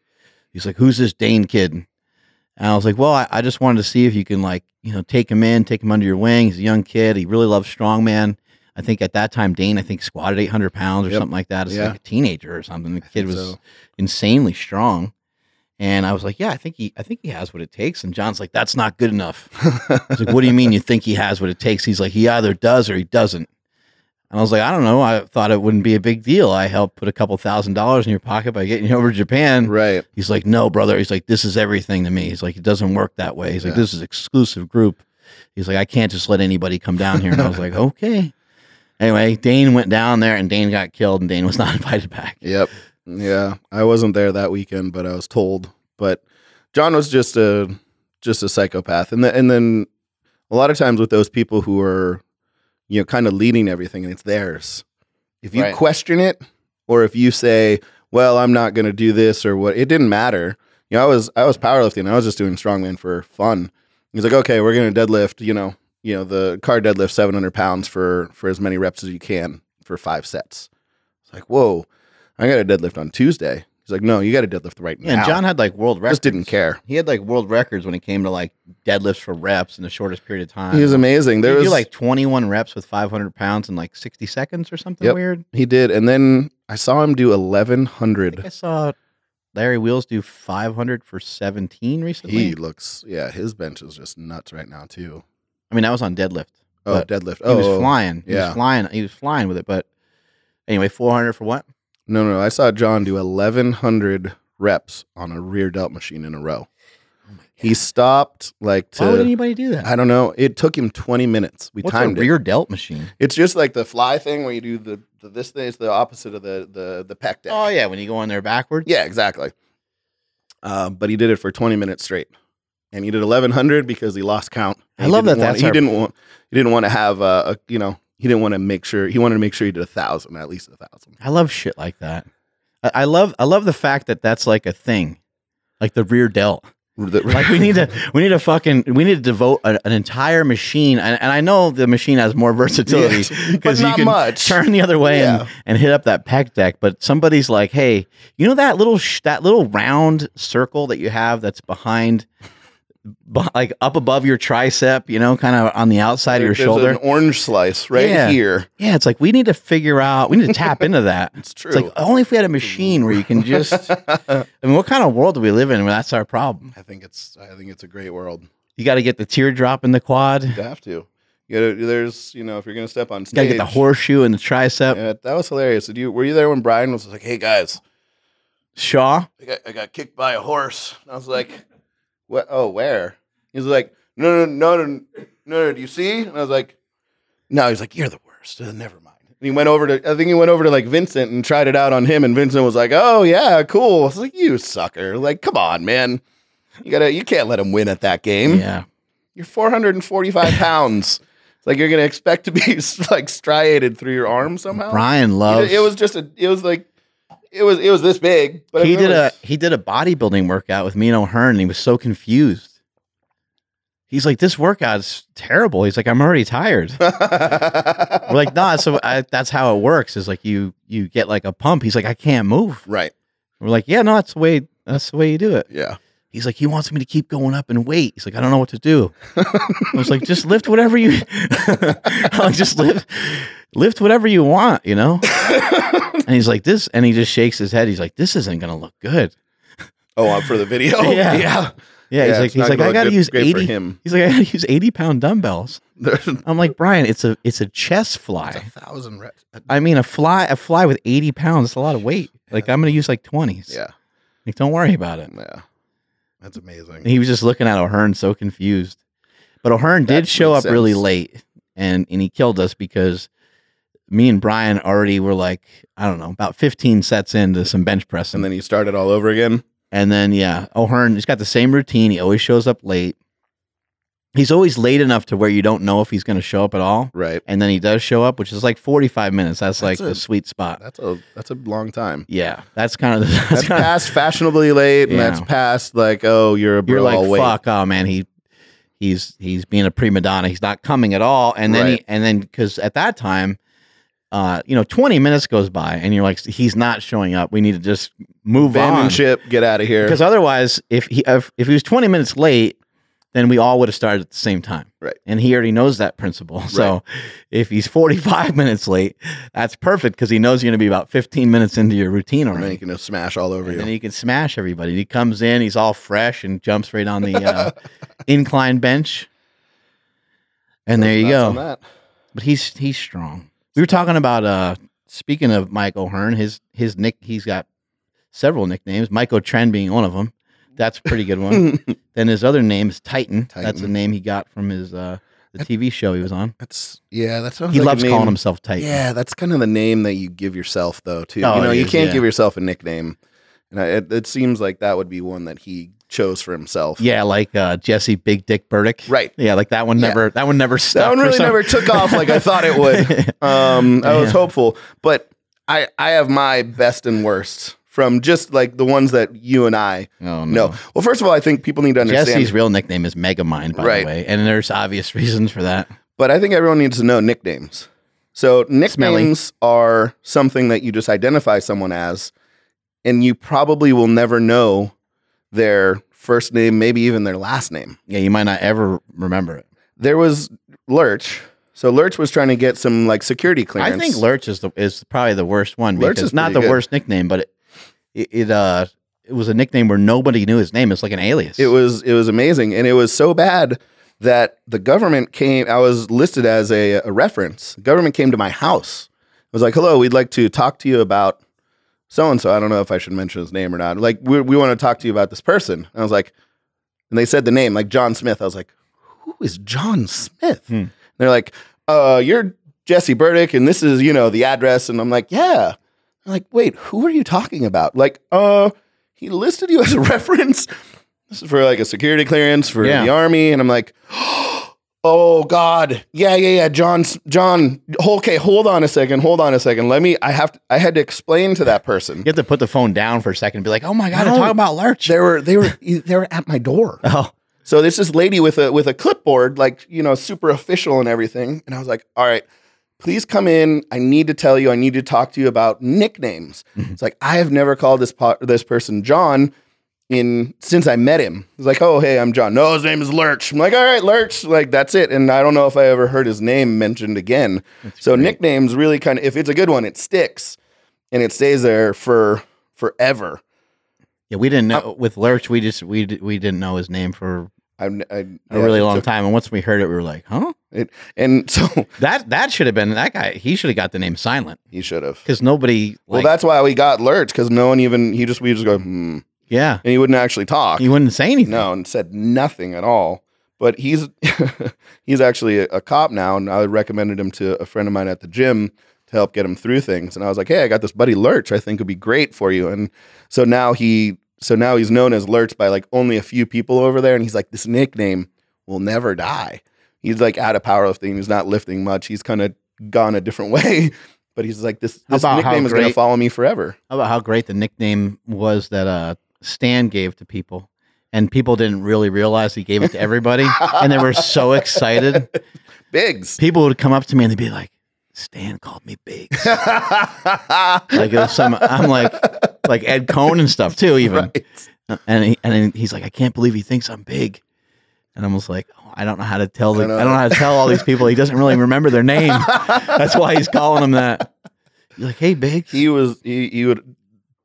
he's like, who's this Dane kid?" And I was like, "Well, I, I just wanted to see if you can like, you know, take him in, take him under your wing. He's a young kid. He really loves strongman. I think at that time, Dane, I think squatted 800 pounds or Yep. something like that. As Yeah. like a teenager or something. The kid think was so. insanely strong." And I was like, "Yeah, I think he, I think he has what it takes." And John's like, "That's not good enough." I was like, what do you mean you think he has what it takes? He's like, he either does or he doesn't. And I was like, I don't know. I thought it wouldn't be a big deal. I helped put a couple thousand dollars in your pocket by getting you over to Japan. right. He's like, no, brother. He's like, this is everything to me. He's like, it doesn't work that way. He's like, Yeah. this is exclusive group. He's like, I can't just let anybody come down here. And I was like, okay. Anyway, Dane went down there and Dane got killed and Dane was not invited back. Yep. Yeah. I wasn't there that weekend, but I was told. But John was just a just a psychopath. And then and then a lot of times with those people who are, you know, kind of leading everything and it's theirs. If you Right. question it or if you say, Well, I'm not gonna do this or what it didn't matter. You know, I was I was powerlifting, I was just doing strongman for fun. He's like, Okay, we're gonna deadlift, you know, you know, the car deadlift seven hundred pounds for for as many reps as you can for five sets. It's like, whoa, I got a deadlift on Tuesday. He's like, no, you got to deadlift right Yeah, now. and John had like world records. just didn't care. He had like world records when it came to like deadlifts for reps in the shortest period of time. He was amazing. There He was did Uh, like 21 reps with 500 pounds in like 60 seconds or something Yep. weird. he did, and then I saw him do eleven I think I hundred. saw Larry Wheels do 500 for 17 recently. He looks, yeah, his bench is just nuts right now too. I mean, that was on deadlift. Oh, But deadlift. He Oh, was flying. He yeah. was flying. He was flying with it. But anyway, 400 for what? no, no, no. I saw John do eleven hundred reps on a rear delt machine in a row. He stopped like Oh Why would to. anybody do that? I don't know. It took him 20 minutes. We What's timed a it. rear delt machine? It's just like the fly thing where you do the, the this thing. It's the opposite of the the the pec deck. Oh yeah, when you go in there backwards. Yeah, exactly. Uh, but he did it for 20 minutes straight, and he did 1100 because he lost count. I He love didn't that want- that's he our- didn't want he didn't want to have uh, a you know he didn't want to make sure he wanted to make sure he did a thousand at least a thousand. I love shit like that. I, I love I love the fact that that's like a thing, like the rear delt. Like we need to we need to fucking we need to devote an, an entire machine. And, and I know the machine has more versatility but because you not can much. turn the other way Yeah. and, and hit up that pec deck. But somebody's like, hey, you know that little sh- that little round circle that you have that's behind. beh- Like up above your tricep, you know, kind of on the outside There- of your there's shoulder. an orange slice right Yeah. here. Yeah, it's like we need to figure out, we need to tap into that. It's true. It's like only if we had a machine where you can just. I mean, what kind of world do we live in where that's our problem? I think it's I think it's a great world. You got to get the teardrop in the quad. You You have to. You gotta, there's you know if you're gonna step on stage, got to get the horseshoe and the tricep. Yeah, that was hilarious. Did you were you there when Brian was like, "Hey guys, Shaw. I got, I got kicked by a horse. And I was like, what? Oh, where? He was like, no, no, no, no, no, no. Do you see? And I was like, no. He's like, you're the worst. Uh, never mind. And he went over to, I think he went over to like Vincent and tried it out on him. And Vincent was like, oh, yeah, cool. I was like, you sucker. Like, come on, man. You gotta, you can't let him win at that game. Yeah. You're 445 pounds. It's like you're gonna expect to be like striated through your arm somehow. Brian Oh. He loves. did- it was just a, it was like, it was, it was this big. But I he mean, it did a was- he did a bodybuilding workout with me and O'Hearn, and he was so confused. He's like, "This workout's terrible." He's like, "I'm already tired." We're like, "Nah." So I, that's how it works. Is like you you get like a pump. He's like, "I can't move." right. We're like, "Yeah, no, that's the way that's the way you do it." Yeah. He's like, he wants me to keep going up and wait. He's like, I don't know what to do. I was like, just lift whatever you, I'm like, just lift, lift whatever you want, you know. And he's like, this, and he just shakes his head. He's like, this isn't gonna look good. oh, uh, for the video. Yeah. Yeah, it's not he's like, he's like, gonna I look gotta good- use great for eighty. him. He's like, I gotta use eighty pound dumbbells. There's I'm like, Brian, it's a it's a chest fly. thousand reps. I mean, a fly a fly with eighty pounds. It's a lot of weight. Like, I'm gonna use like twenties. Yeah. Like, don't worry about it. Yeah. That's amazing. And he was just looking at O'Hearn so confused. But O'Hearn That did show up makes really sense. late and and he killed us because me and Brian already were like, I don't know, about 15 sets into some bench pressing. and then he started all over again. And then yeah, O'Hearn he's got the same routine. He always shows up late. He's always late enough to where you don't know if he's going to show up at all. Right. And then he does show up, which is like 45 minutes. That's, That's like a- the sweet spot. That's a that's a long time. Yeah. That's kind of the that's That's kinda- past fashionably late, and Yeah. that's past like, oh, you're a bro. you're I'll like wait. fuck oh man he he's he's being a prima donna he's not coming at all and then Right. he, and then because at that time uh you know 20 minutes goes by and you're like he's not showing up we need to just move Abandon on ship. Get out of here. because otherwise if he if, if he was 20 minutes late then we all would have started at the same time Right. and he already knows that principle so if he's 45 minutes late that's perfect because he knows you're going to be about 15 minutes into your routine and already then you can just smash all over and you. then he can smash everybody. He comes in, he's all fresh and jumps right on the uh, incline bench. And there you That's on go. that. But he's he's strong. We were talking about uh speaking of Mike O'Hearn, his his nick he's got several nicknames. Mike O'Tren being one of them. That's a pretty good one. then his other name is Titan. That's the Titan. name he got from his uh the TV show he was on. That's yeah. That sounds. He like a loves name- calling himself Titan. Yeah, that's kind of the name that you give yourself, though. Too, Oh, you know, it you is, can't yeah. give yourself a nickname, and I, it, it seems like that would be one that he chose for himself. Yeah, like uh Jesse Big Dick Burdick. right. Yeah, like that one Yeah. never that one never stuck. That one for really some- never took off like I thought it would. Um, I was Yeah. hopeful, but I I have my best and worst from just like the ones that you and I Oh know. Well, first of all, I think people need to understand. Jesse's real nickname is Megamind, by Right. the way, and there's obvious reasons for that. but I think everyone needs to know nicknames. So nicknames Smelly. are something that you just identify someone as, and you probably will never know their first name, maybe even their last name. Yeah, you might not ever remember it. There was Lurch. So Lurch was trying to get some like security clearance. I think Lurch is the is probably the worst one. Lurch because is not pretty the good. worst nickname, but it, it it uh it was a nickname where nobody knew his name. It's like an alias. It was it was amazing, and it was so bad that the government came. I was listed as a, a reference. The government came to my house. It was like, "Hello, we'd like to talk to you about so and so." I don't know if I should mention his name or not. Like, we we want to talk to you about this person. And I was like, and they said the name, like John Smith. I was like, "Who is John Smith?" Hmm. They're like, "Uh, you're Jesse Burdick, and this is you know the address." And I'm like, "Yeah." I'm like, "Wait, who are you talking about?" Like, uh. He listed you as a reference. This is for like a security clearance for Yeah. the army, and I'm like, oh god, yeah, yeah, yeah, John, John, okay, hold on a second, hold on a second, let me, I have, to, I had to explain to that person. You have to put the phone down for a second and be like, "Oh my god, I'm No. talking about Lurch." They were, they were, they were at my door. Oh, So there's this lady with a with a clipboard, like you know, super official and everything. And I was like, "All right, please come in. I need to tell you. I need to talk to you about nicknames." Mhm. It's like I have never called this po- this person John in since I met him. It's like, "Oh, hey, I'm John." No, his name is Lurch. I'm like, "All right, Lurch." Like that's it. And I don't know if I ever heard his name mentioned again. so great. nicknames really kind of, if it's a good one, it sticks and it stays there for forever. yeah, we Uh, didn't know with Lurch. We just we d- we didn't know his name for I'm, I, a really it long took- time, and once we heard it, we were like, "Huh." And so That that should have been that guy. He should have got the name Silent he should have. because nobody. Well, Like, that's why we got Lurch because no one even he just we just go hmm, yeah. and he wouldn't actually talk. He wouldn't say anything. no, and said nothing at all. But he's he's actually a, a cop now, and I recommended him to a friend of mine at the gym to help get him through things. And I was like, hey, I got this buddy Lurch. I think would be great for you. And so now he so now he's known as Lurch by like only a few people over there, and he's like this nickname will never die. He's like out of powerlifting. He's not lifting much. He's kind of gone a different way. But he's like this. How This about how nickname is going to great- follow me forever. How about how great the nickname was that uh, Stan gave to people, and people didn't really realize he gave it to everybody, and they were so excited. Biggs. People would come up to me and they'd be like, "Stan called me big." like Like it was some, I'm like, like Ed Cohn and stuff too, even. And he, and then he's like, "I can't believe he thinks I'm big," and I'm just like, oh, "I don't know how to tell the, I I know. don't know how to tell all these people. He doesn't really remember their name. That's why he's calling them that." You're like, "Hey, big." he was he, he would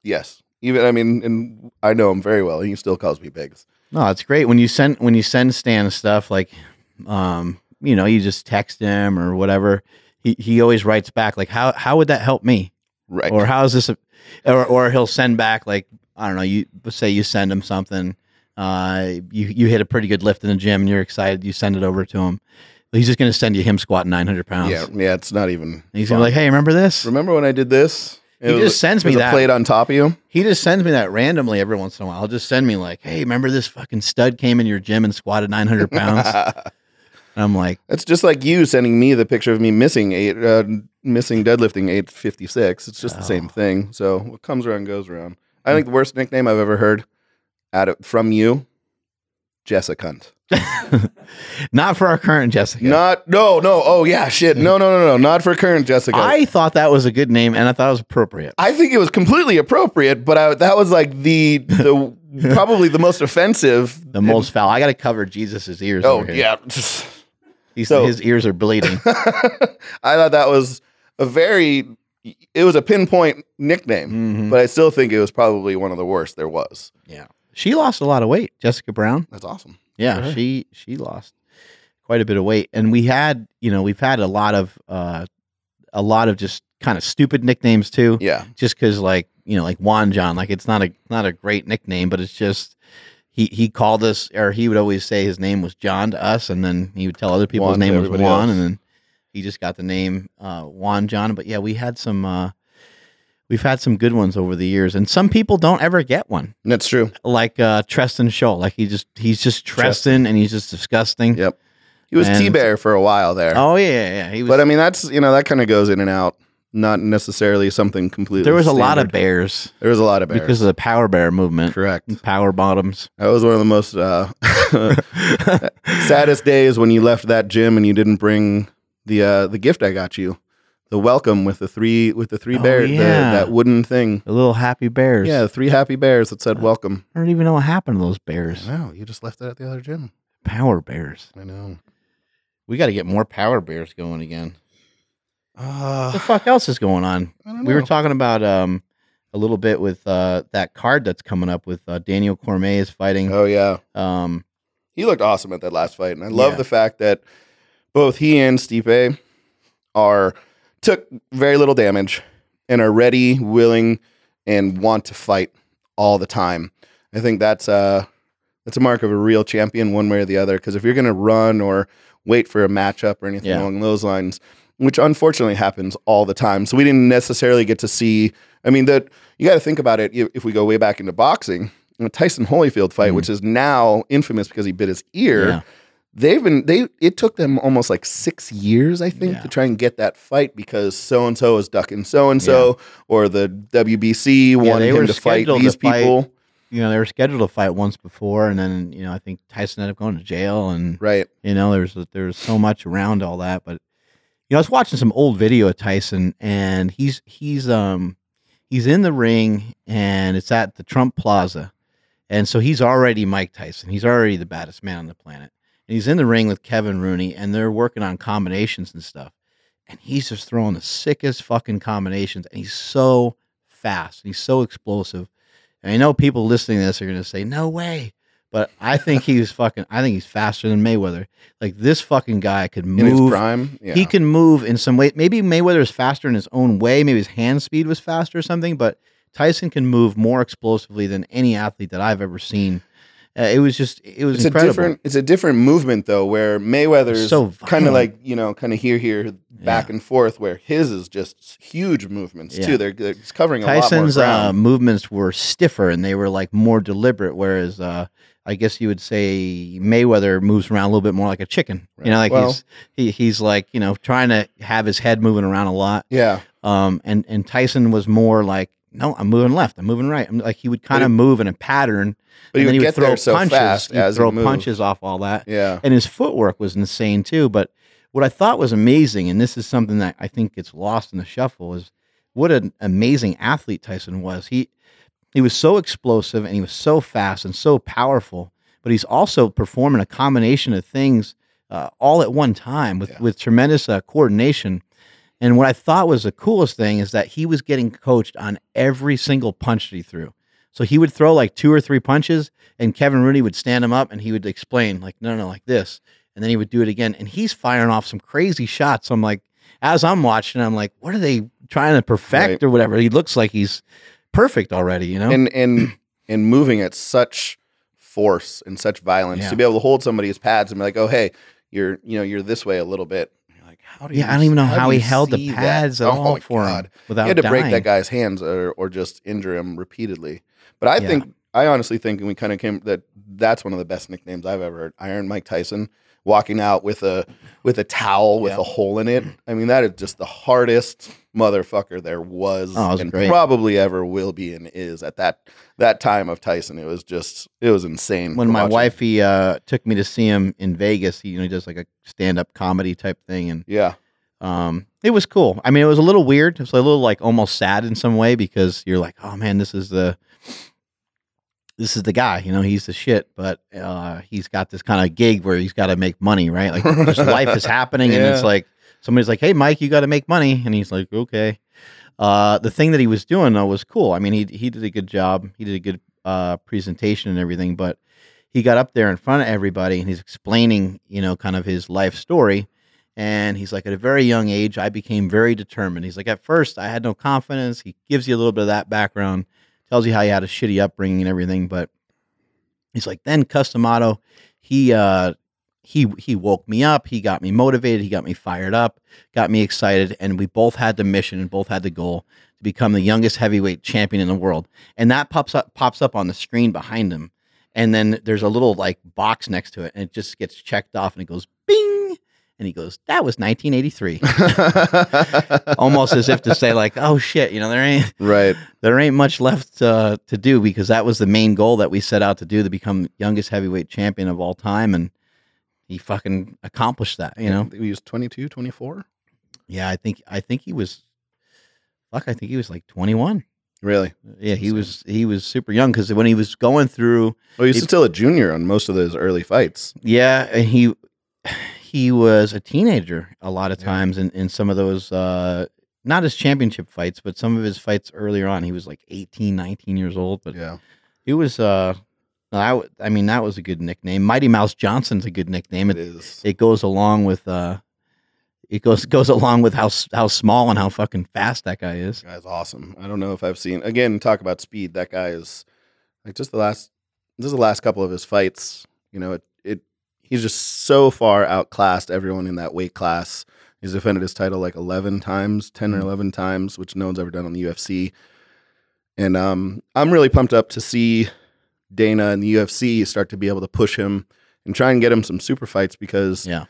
yes even I mean and I know him very well. He still calls me Biggs. No, it's great when you send when you send Stan stuff like, um, you know, you just text him or whatever. He he always writes back like, how how would that help me? Right. Or how is this? A, or or he'll send back like I don't know. You say you send him something. Uh, you you hit a pretty good lift in the gym and you're excited. You send it over to him. He's just gonna send you him squatting 900 pounds. yeah, yeah, it's not even And he's gonna be like, hey, remember this? Remember when I did this? He just sends it was me a that. plate on top of you. He just sends me that randomly every once in a while. He'll just send me like, hey, remember this fucking stud came in your gym and squatted 900 pounds? and I'm like. It's just like you sending me the picture of me missing eight uh, missing deadlifting 856. It's just the same Oh. Hmm. thing. So what comes around goes around. I think the worst nickname I've ever heard out of from you Jessica Cunt. Not for our current Jessica. Not no no oh yeah shit no no no no not for current Jessica. I, I thought that was a good name and I thought it was appropriate. think it was completely appropriate, but I, that was like the the probably the most offensive. The most foul. I got to cover Jesus's ears. oh over here. yeah, He's, So- his ears are bleeding. I thought that was a very it was a pinpoint nickname, Mhm. but I still think it was probably one of the worst there was. She lost a lot of weight, Jessica Brown. That's awesome. Yeah, Sure. she she lost quite a bit of weight, and we had you know we've had a lot of uh a lot of just kind of stupid nicknames too. Yeah, just because like you know like Juan John like it's not a not a great nickname but it's just he he called us or he would always say his name was John to us and then he would tell other people Juan to his name was everybody Juan else. and then he just got the name uh, Juan John but yeah we had some uh, we've had some good ones over the years and some people don't ever get one that's true. like uh, Treston Shaw like he just he's just Treston, Treston. and he's just disgusting Yeah. He was And- T Bear for a while there, oh yeah yeah, yeah he was but I mean that's you know that kind of goes in and out. Not necessarily something completely. there was a lot of standard. bears, There was a lot of bears. because of the power bear movement Correct. power bottoms That was one of the most uh, saddest days when you left that gym and you didn't bring the uh, the gift I got you. the welcome with the three with the three Oh, bears, yeah. that wooden thing. The little happy bears. Yeah, the three happy bears that said Uh, welcome. I don't even know what happened to those bears. Wow, you just left that at the other gym. Power bears. I know. We got to get more power bears going again. Uh, What the fuck else is going on? I don't We were know. talking about um a little bit with uh that card that's coming up with uh, Daniel Cormier is fighting Oh yeah, um he looked awesome at that last fight, and I love Yeah. the fact that both he and Stipe are took very little damage and are ready, willing, and want to fight all the time. I think that's uh that's a mark of a real champion, one way or the other. Because if you're going to run or wait for a matchup or anything Yeah. along those lines, which unfortunately happens all the time, so we didn't necessarily get to see. I mean, that you got to think about it. If if we go way back into boxing, the Tyson Holyfield fight, Mhm. which is now infamous because he bit his ear yeah, they've been they it took them almost like six years i think Yeah. to try and get that fight because so and so is ducking so and so or the wbc wanted they him were to fight scheduled these to fight- people you know, they were scheduled to fight once before and then, you know, I think Tyson ended up going to jail and right You know, there's there's so much around all that, but you know, I was watching some old video of Tyson, and he's he's um he's in the ring, and it's at the Trump Plaza, and so he's already Mike Tyson. He's already the baddest man on the planet, and he's in the ring with Kevin Rooney, and they're working on combinations and stuff, and he's just throwing the sickest fucking combinations, and he's so fast, and he's so explosive. And I know people listening to this are gonna say, "No way." But I think he's fucking. I think he's faster than Mayweather. Like this fucking guy could in his move prime yeah he can move in some way. Maybe Mayweather is faster in his own way. Maybe his hand speed was faster or something. But Tyson can move more explosively than any athlete that I've ever seen. Uh, it was just, it was it's incredible. a different it's a different movement though where mayweather's So kind violent. of like you know kind of here here back Yeah. and forth where his is just huge movements Yeah. too they're, they're it's covering Tyson's a lot more uh, ground. movements were stiffer and they were like more deliberate. Whereas, uh, I guess you would say Mayweather moves around a little bit more like a chicken. You know, like Well- he's he, he's like you know trying to have his head moving around a lot. yeah Um, and and Tyson was more like, no, I'm moving left, I'm moving right. I'm like he would kind But of move in a pattern, but he and then would he get there so punches, fast he'd as throw he moved. punches off all that, yeah and his footwork was insane too. But what I thought was amazing, and this is something that I think gets lost in the shuffle, is what an amazing athlete Tyson was. He he was so explosive and he was so fast and so powerful, but he's also performing a combination of things uh, all at one time with Yeah. with tremendous uh, coordination. And what I thought was the coolest thing is that he was getting coached on every single punch that he threw. So he would throw like two or three punches, and Kevin Rooney would stand him up and he would explain, like, no, no, no, like this. And then he would do it again. And he's firing off some crazy shots. I'm like, as I'm watching, I'm like, what are they trying to perfect Right. or whatever? He looks like he's perfect already, you know? and and and moving at such force and such violence Yeah. to be able to hold somebody's pads and be like, oh hey, you're you know you're this way a little bit. You're like, how do you? yeah, I don't even know how, do he you held see the that? pads at Oh all my for God. him without He had to break that dying. guy's hands or or just injure him repeatedly. But I Yeah. think I honestly think we kind of came that that's one of the best nicknames I've ever heard. Iron Mike Tyson walking out with a with a towel with Yeah. a hole in it. I mean, that is just the hardest motherfucker there was Oh, it was and great. probably ever will be and is at that that time of Tyson. It was just it was insane. when to my watch it. wifey uh, took me to see him in Vegas, he you know he does like a stand up comedy type thing, and Yeah. um, it was cool. I mean, it was a little weird. It was a little like almost sad in some way because you're like, oh man, this is the this is the guy. You know, he's the shit. But uh, he's got this kind of gig where he's got to make money, right? Like just life is happening, and it's Yeah. like somebody's like, hey, Mike, you got to make money, and he's like, okay. Uh, the thing that he was doing though was cool. I mean, he he did a good job. He did a good uh, presentation and everything, but he got up there in front of everybody and he's explaining, you know, kind of his life story. And he's like, at a very young age, I became very determined. He's like, at first, I had no confidence. He gives you a little bit of that background, tells you how he had a shitty upbringing and everything. But he's like, then Custom Auto, he uh, he he woke me up. He got me motivated. He got me fired up. Got me excited. And we both had the mission and both had the goal to become the youngest heavyweight champion in the world. And that pops up pops up on the screen behind him. And then there's a little like box next to it, and it just gets checked off, and it goes bing, and he goes, "That was 1983," almost as if to say like, "Oh shit, you know there ain't right. there ain't much left uh, to do because that was the main goal that we set out to do to become youngest heavyweight champion of all time, and he fucking accomplished that. You know, He was 22, 24. Yeah, I think I think he was. Fuck, I think he was like 21. Really? Yeah, he So- was he was super young because when he was going through, Well, Oh, he's It- still a junior on most of those early fights. yeah, and he he was a teenager a lot of Yeah. times in in some of those uh not his championship fights, but some of his fights earlier on, he was like 18, 19 years old. But Yeah. he was uh, I w- I mean that was a good nickname. Mighty Mouse Johnson's a good nickname. It It, is. it goes along with uh, it goes goes along with how s- how small and how fucking fast that guy is. guy's awesome. I don't know if I've seen again. Talk about speed. That guy is like just the last, just the last couple of his fights. You know, it it he's just so far outclassed everyone in that weight class. He's defended his title like eleven times, ten or Mhm. eleven times, which no one's ever done on the UFC. And um, I'm really pumped up to see Dana and the UFC start to be able to push him and try and get him some super fights because Yeah.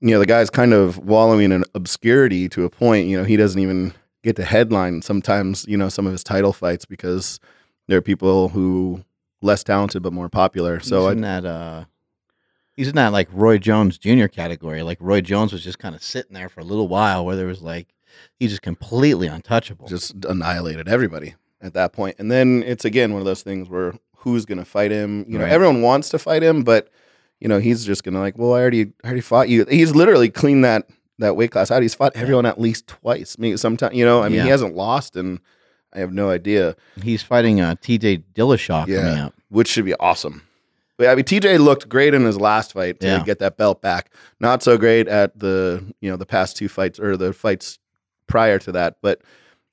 you know the guy's kind of wallowing in obscurity to a point. You know, he doesn't even get to headline sometimes. You know, some of his title fights because there are people who less talented but more popular. So he's I, in that uh, he's in that like Roy Jones Jr. category. Like Roy Jones was just kind of sitting there for a little while, where there was like he's just completely untouchable. just annihilated everybody at that point. And then it's again one of those things where who's going to fight him? You know, Right. everyone wants to fight him, but you know he's just going to like, well, I already, I already fought you. He's literally cleaned that that weight class out. He's fought everyone at least twice. Maybe sometimes, you know, I mean, Yeah. he hasn't lost, and I have no idea, he's fighting uh, T.J. Dillashaw coming Yeah. up. which should be awesome. But I mean, TJ looked great in his last fight to Yeah. get that belt back. Not so great at the you know the past two fights or the fights prior to that, but.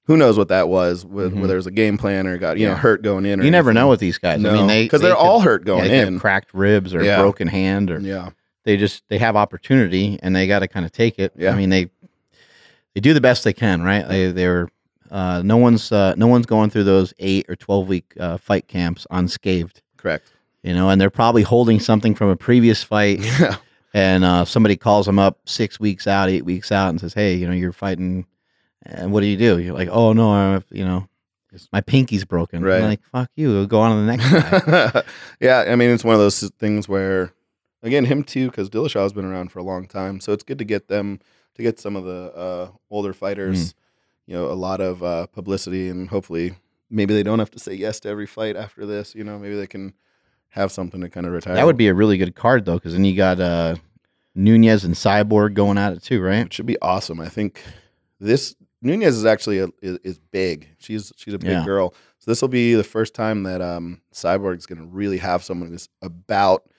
Who knows what that was? wh- Mhm. Whether it was a game plan or got you know Yeah. hurt going in. Or You never anything. know with these guys. I mean, they because they they're could- all hurt yeah, going they could have in. cracked ribs or Yeah. broken hand or Yeah, they just they have opportunity and they got to kind of take it. Yeah. I mean they they do the best they can, right? They they're uh, no one's uh, no one's going through those eight or twelve week uh, fight camps unscathed, correct. you know, and they're probably holding something from a previous fight, Yeah, and uh, somebody calls them up six weeks out, eight weeks out, and says, "Hey, you know, you're fighting, and what do you do?" You're like, "Oh no, I, you know, my pinky's broken." Right. I'm like, "Fuck you, go on to the next guy." yeah. I mean, it's one of those things where, again, him too, because Dillashaw's been around for a long time, so it's good to get them to get some of the uh, older Mm. fighters, you know, a lot of uh, publicity, and hopefully, maybe they don't have to say yes to every fight after this. You know, maybe they can have something to kind of retire. that would be a really good card though, because then you got uh, Nunez and Cyborg going at it too, right? It should be awesome. I think this Nunez is actually a, is, is big. She's she's a big Yeah. girl. So this will be the first time that um, Cyborg's going to really have someone who's about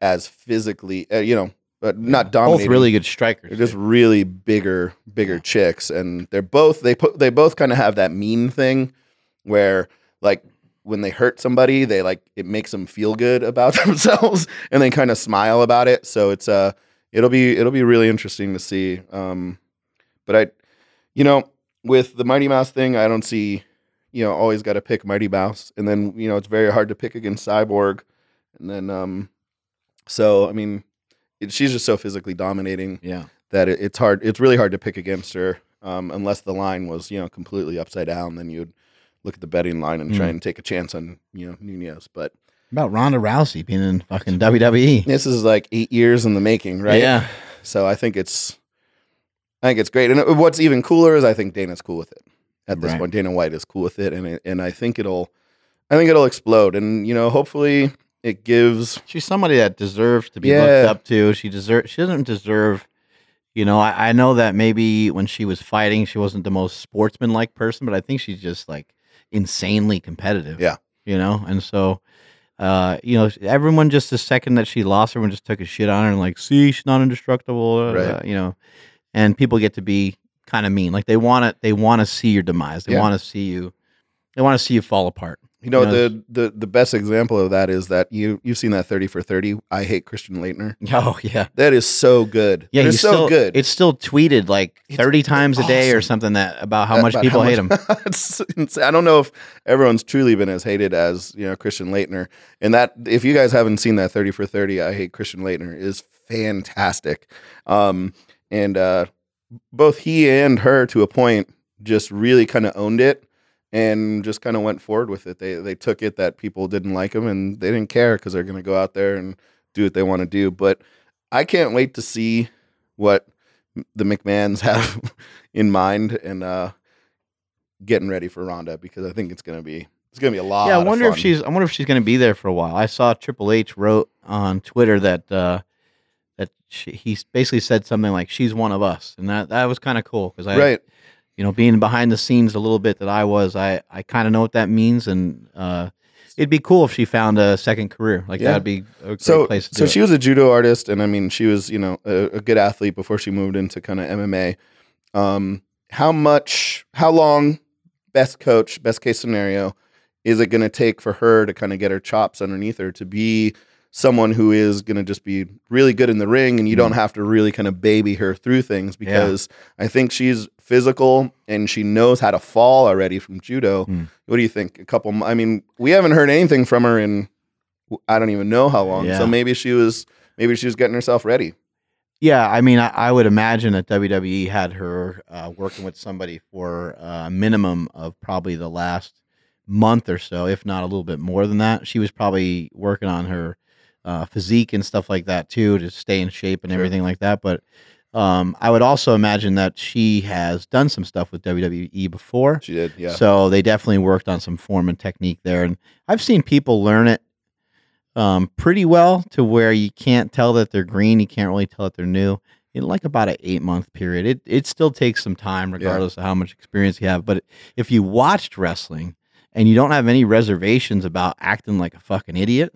as physically, uh, you know, but not dominating. Both really good strikers. They're just really bigger, bigger Yeah. chicks, and they're both they put they both kind of have that mean thing where like when they hurt somebody, they like it makes them feel good about themselves, and they kind of smile about it. So it's uh it'll be it'll be really interesting to see. Um, but I, you know, with the Mighty Mouse thing, I don't see you know always got to pick Mighty Mouse, and then you know it's very hard to pick against Cyborg, and then um, so I mean. it- She's just so physically dominating yeah. that it, it's hard. It's really hard to pick against her um, unless the line was you know completely upside down. Then you'd look at the betting line and try Mm. and take a chance on you know Nunez. But About Ronda Rousey being in fucking WWE. this is like eight years in the making, right? Yeah. So I think it's I think it's great. And it- what's even cooler is I think Dana's cool with it at this Right. point. Dana White is cool with it, and it, and I think it'll I think it'll explode. And you know hopefully it gives She's somebody that deserves to be Yeah. looked up to. She deserves she doesn't deserve you know, I, I know that maybe when she was fighting she wasn't the most sportsmanlike person, but I think she's just like insanely competitive. Yeah. You know? And so uh, you know, everyone just the second that she lost, everyone just took a shit on her and like, see, she's not indestructible. uh, Right. you know. And people get to be kind of mean. Like they wanna they wanna see your demise. They Yeah. wanna see you they wanna see you fall apart. you know Yeah. the the the best example of that is that you you've seen that thirty for thirty. I hate Christian Leitner. Oh yeah. That is so good. Yeah, They're he's so still, good. It's still tweeted like It's thirty times a day or awesome. something that about how much About people how hate him. much- It's insane. I don't know if everyone's truly been as hated as you know Christian Leitner. And that, if you guys haven't seen that thirty for thirty, I hate Christian Leitner is fantastic. Um, and uh, both he and her, to a point, just really kind of owned it and just kind of went forward with it. They they took it that people didn't like him and they didn't care because they're going to go out there and do what they want to do. But I can't wait to see what the McMahons have in mind and uh, getting ready for Ronda because I think it's gonna be it's gonna be a lot. yeah, I of wonder if fun. she's. I wonder if she's going to be there for a while. I saw Triple H wrote on Twitter that uh, that she, he basically said something like "she's one of us," and that that was kind of cool because I, right. you know, being behind the scenes a little bit that I was, I I kind of know what that means, and uh, it'd be cool if she found a second career. Like Yeah. that'd be a great so place. To so do she it. was a judo artist and i mean she was you know a, a good athlete before she moved into kind of mma um how much how long best coach best case scenario is it going to take for her to kind of get her chops underneath her to be someone who is going to just be really good in the ring and you Mm-hmm. don't have to really kind of baby her through things because i think she's physical and she knows how to fall already from judo Mm. what do you think a couple m- i mean we haven't heard anything from her in I don't even know how long. Yeah. So maybe she was maybe she was getting herself ready. Yeah, I mean, I, I would imagine that WWE had her uh, working with somebody for uh, a minimum of probably the last month or so, if not a little bit more than that. She was probably working on her uh, physique and stuff like that too to stay in shape and Sure. everything like that. But um, I would also imagine that she has done some stuff with WWE before. She did, yeah. So they definitely worked on some form and technique there. And I've seen people learn it um, pretty well to where you can't tell that they're green. You can't really tell that they're new in like about an eight month period. It, it still takes some time, regardless of how much experience you have. But if you watched wrestling, and you don't have any reservations about acting like a fucking idiot,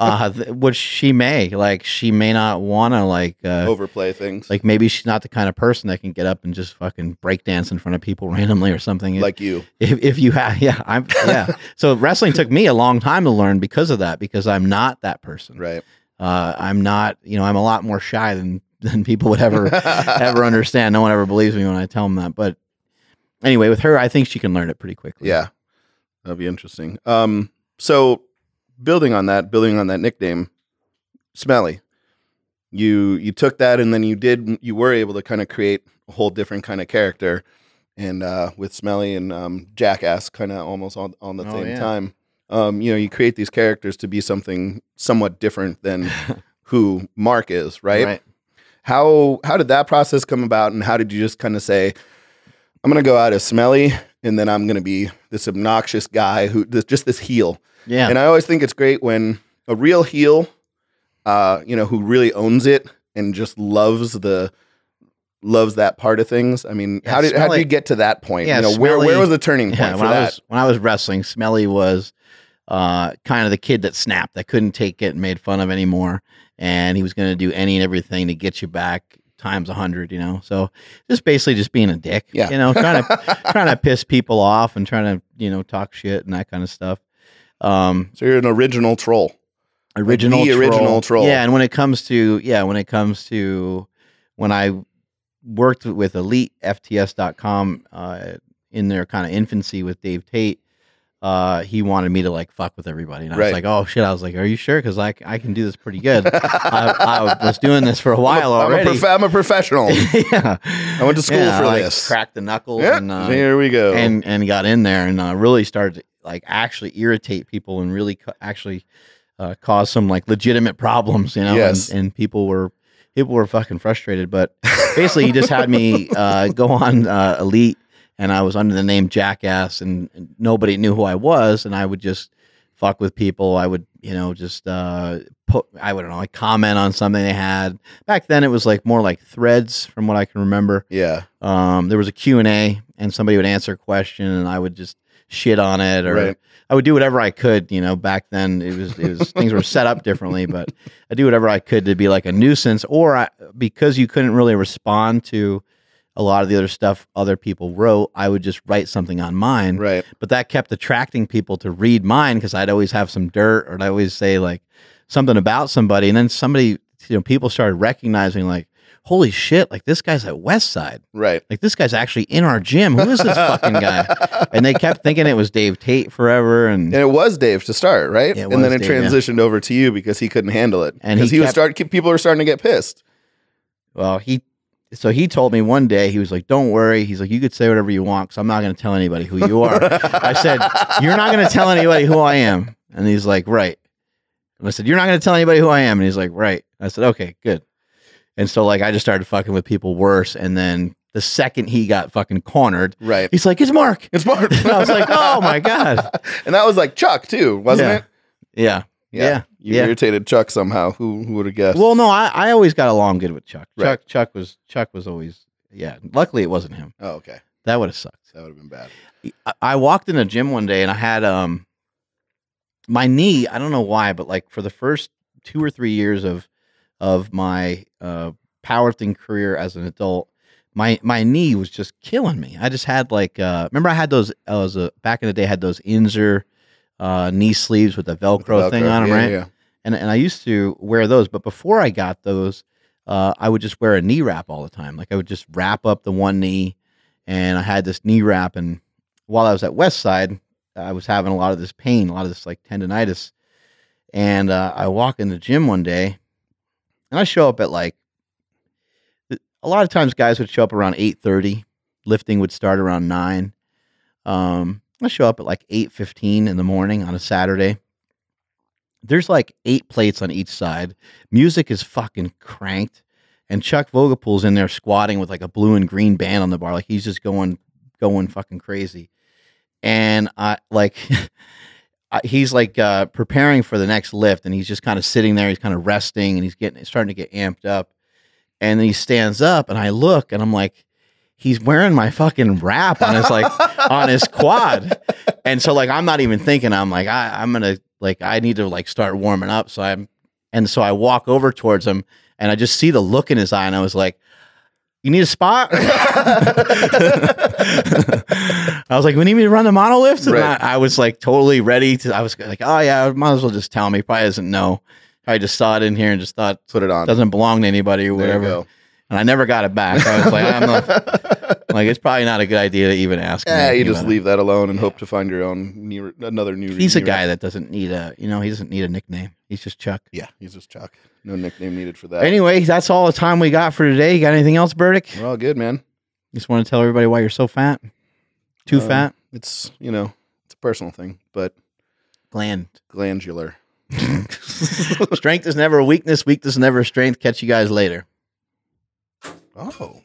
uh, th- which she may. Like she may not want to like uh, Overplay things like, like maybe she's not the kind of person that can get up and just fucking breakdance in front of people randomly or something. It- you. if, if you have yeah i'm yeah so wrestling took me a long time to learn because of that because i'm not that person Right. uh, i'm not you know i'm a lot more shy than than people would ever ever understand no one ever believes me when i tell them that but anyway with her i think she can learn it pretty quickly Yeah. That'd be interesting. Um so building on that, building on that nickname, Smelly. You you took that and then you did you were able to kind of create a whole different kind of character and uh with Smelly and um Jackass kind of almost on on the Oh, same yeah. time. Um you know, you create these characters to be something somewhat different than who Mark is, right? how how did that process come about and how did you just kind of say i'm going to go out as smelly and then i'm going to be this obnoxious guy who this, just this heel yeah and i always think it's great when a real heel uh, you know who really owns it and just loves the loves that part of things i mean Yeah, how did how did Smelly- you get to that point Yeah, you know where where Smelly- was the turning point yeah for when i that was when i was wrestling smelly was uh, kind of the kid that snapped that couldn't take it and made fun of anymore and he was going to do any and everything to get you back times a 100 you know so just basically just being a dick Yeah. you know trying to trying to piss people off and trying to you know talk shit and that kind of stuff. Um, so you're an original troll original, the original troll. Yeah, and when it comes to yeah, when it comes to when I worked with EliteFTS.com uh, in their kind of infancy with Dave Tate. Uh, he wanted me to like fuck with everybody, and I Right. was like, "Oh shit!" I was like, "Are you sure?" Because like I can do this pretty good. I, I was doing this for a I'm a- while I'm a, already. prof- I'm a professional yeah, I went to school for this. Cracked the knuckles. yeah, and, uh, here we go and and got in there and uh, really started to, like actually irritate people and really co- actually uh, cause some like legitimate problems, you know. Yes. And, and people were people were fucking frustrated, but basically he just had me uh, go on uh, Elite, and I was under the name Jackass, and and nobody knew who I was, and I would just fuck with people. I would you know just uh, put I would not know like comment on something they had back then. It was like more like threads from what I can remember yeah um, there was a q&a and somebody would answer a question and i would just shit on it or Right. i would do whatever i could you know back then it was, it was things were set up differently but i do whatever i could to be like a nuisance or I, because you couldn't really respond to a lot of the other stuff other people wrote i would just write something on mine right but that kept attracting people to read mine because I'd always have some dirt or I'd always say like something about somebody. And then somebody, you know, people started recognizing like, holy shit, like this guy's at West Side. right Like this guy's actually in our gym. Who is this fucking guy? And they kept thinking it was Dave Tate forever. And And it was Dave to start, right? Yeah, it and then was it Dave, yeah. transitioned over to you because he couldn't handle it. And because he he, was kept- start people were starting to get pissed. well, he, so he told me one day, he was like, don't worry. He's like, you could say whatever you want because I'm not going to tell anybody who you are. I said, You're not going to tell anybody who I am. And he's like, Right. And I said, You're not going to tell anybody who I am. And he's like, Right. I said, Okay, good. And so like I just started fucking with people worse. And then the second he got fucking cornered, Right. he's like, "It's Mark." It's Mark. And I was like, "Oh my god." And that was like Chuck too, wasn't Yeah. it? Yeah. Yeah. You Yeah. irritated Chuck somehow. Who who would have guessed? Well, no, I, I always got along good with Chuck. Right. Chuck Chuck was Chuck was always yeah. Luckily, it wasn't him. oh, okay. That would have sucked. That would have been bad. I, I walked in the gym one day and I had um my knee. I don't know why, but like for the first two or three years of of my uh, powerlifting career as an adult, my my knee was just killing me. I just had like uh, remember I had those I was uh, back in the day I had those Inzer uh, knee sleeves with the Velcro, thing on them, Yeah, right? Yeah. and and I used to wear those, but before I got those, uh, I would just wear a knee wrap all the time. Like I would just wrap up the one knee, and I had this knee wrap. And while I was at West Side, I was having a lot of this pain, a lot of this like tendonitis. And uh, I walk in the gym one day, and I show up at like a lot of times guys would show up around eight thirty. Lifting would start around nine. Um, I show up at like eight fifteen in the morning on a Saturday there's like eight plates on each side. Music is fucking cranked. And Chuck Vogelpool's in there squatting with like a blue and green band on the bar. Like he's just going, going fucking crazy. And I like, I- he's like uh, preparing for the next lift and he's just kind of sitting there. He's kind of resting and he's getting, he's starting to get amped up. And then he stands up and I look and I'm like, he's wearing my fucking wrap on his like, on his quad. And so like I'm not even thinking. I'm like, I, I'm gonna like I need to like start warming up. So I'm and so I walk over towards him and I just see the look in his eye and I was like, You need a spot? I was like, We need me to run the monolift? And Right. I, I was like totally ready to I was like, Oh yeah, I might as well just tell him. He probably doesn't know. I just saw it in here and just thought Put it on. it doesn't belong to anybody or There you whatever. go. And I never got it back. I was like, I'm not, like it's probably not a good idea to even ask. him yeah, you anything just about it. leave that alone and hope to find your own new, another new. He's a new- guy that doesn't need a, you know, he doesn't need a nickname. He's just Chuck. Yeah, he's just Chuck. No nickname needed for that. Anyway, that's all the time we got for today. You got anything else, Burdick? We're all good, man. Just want to tell everybody why you're so fat. Too Um, fat? It's you know, it's a personal thing, but Gland. glandular. strength is never weakness. Weakness is never strength. Catch you guys later. Oh.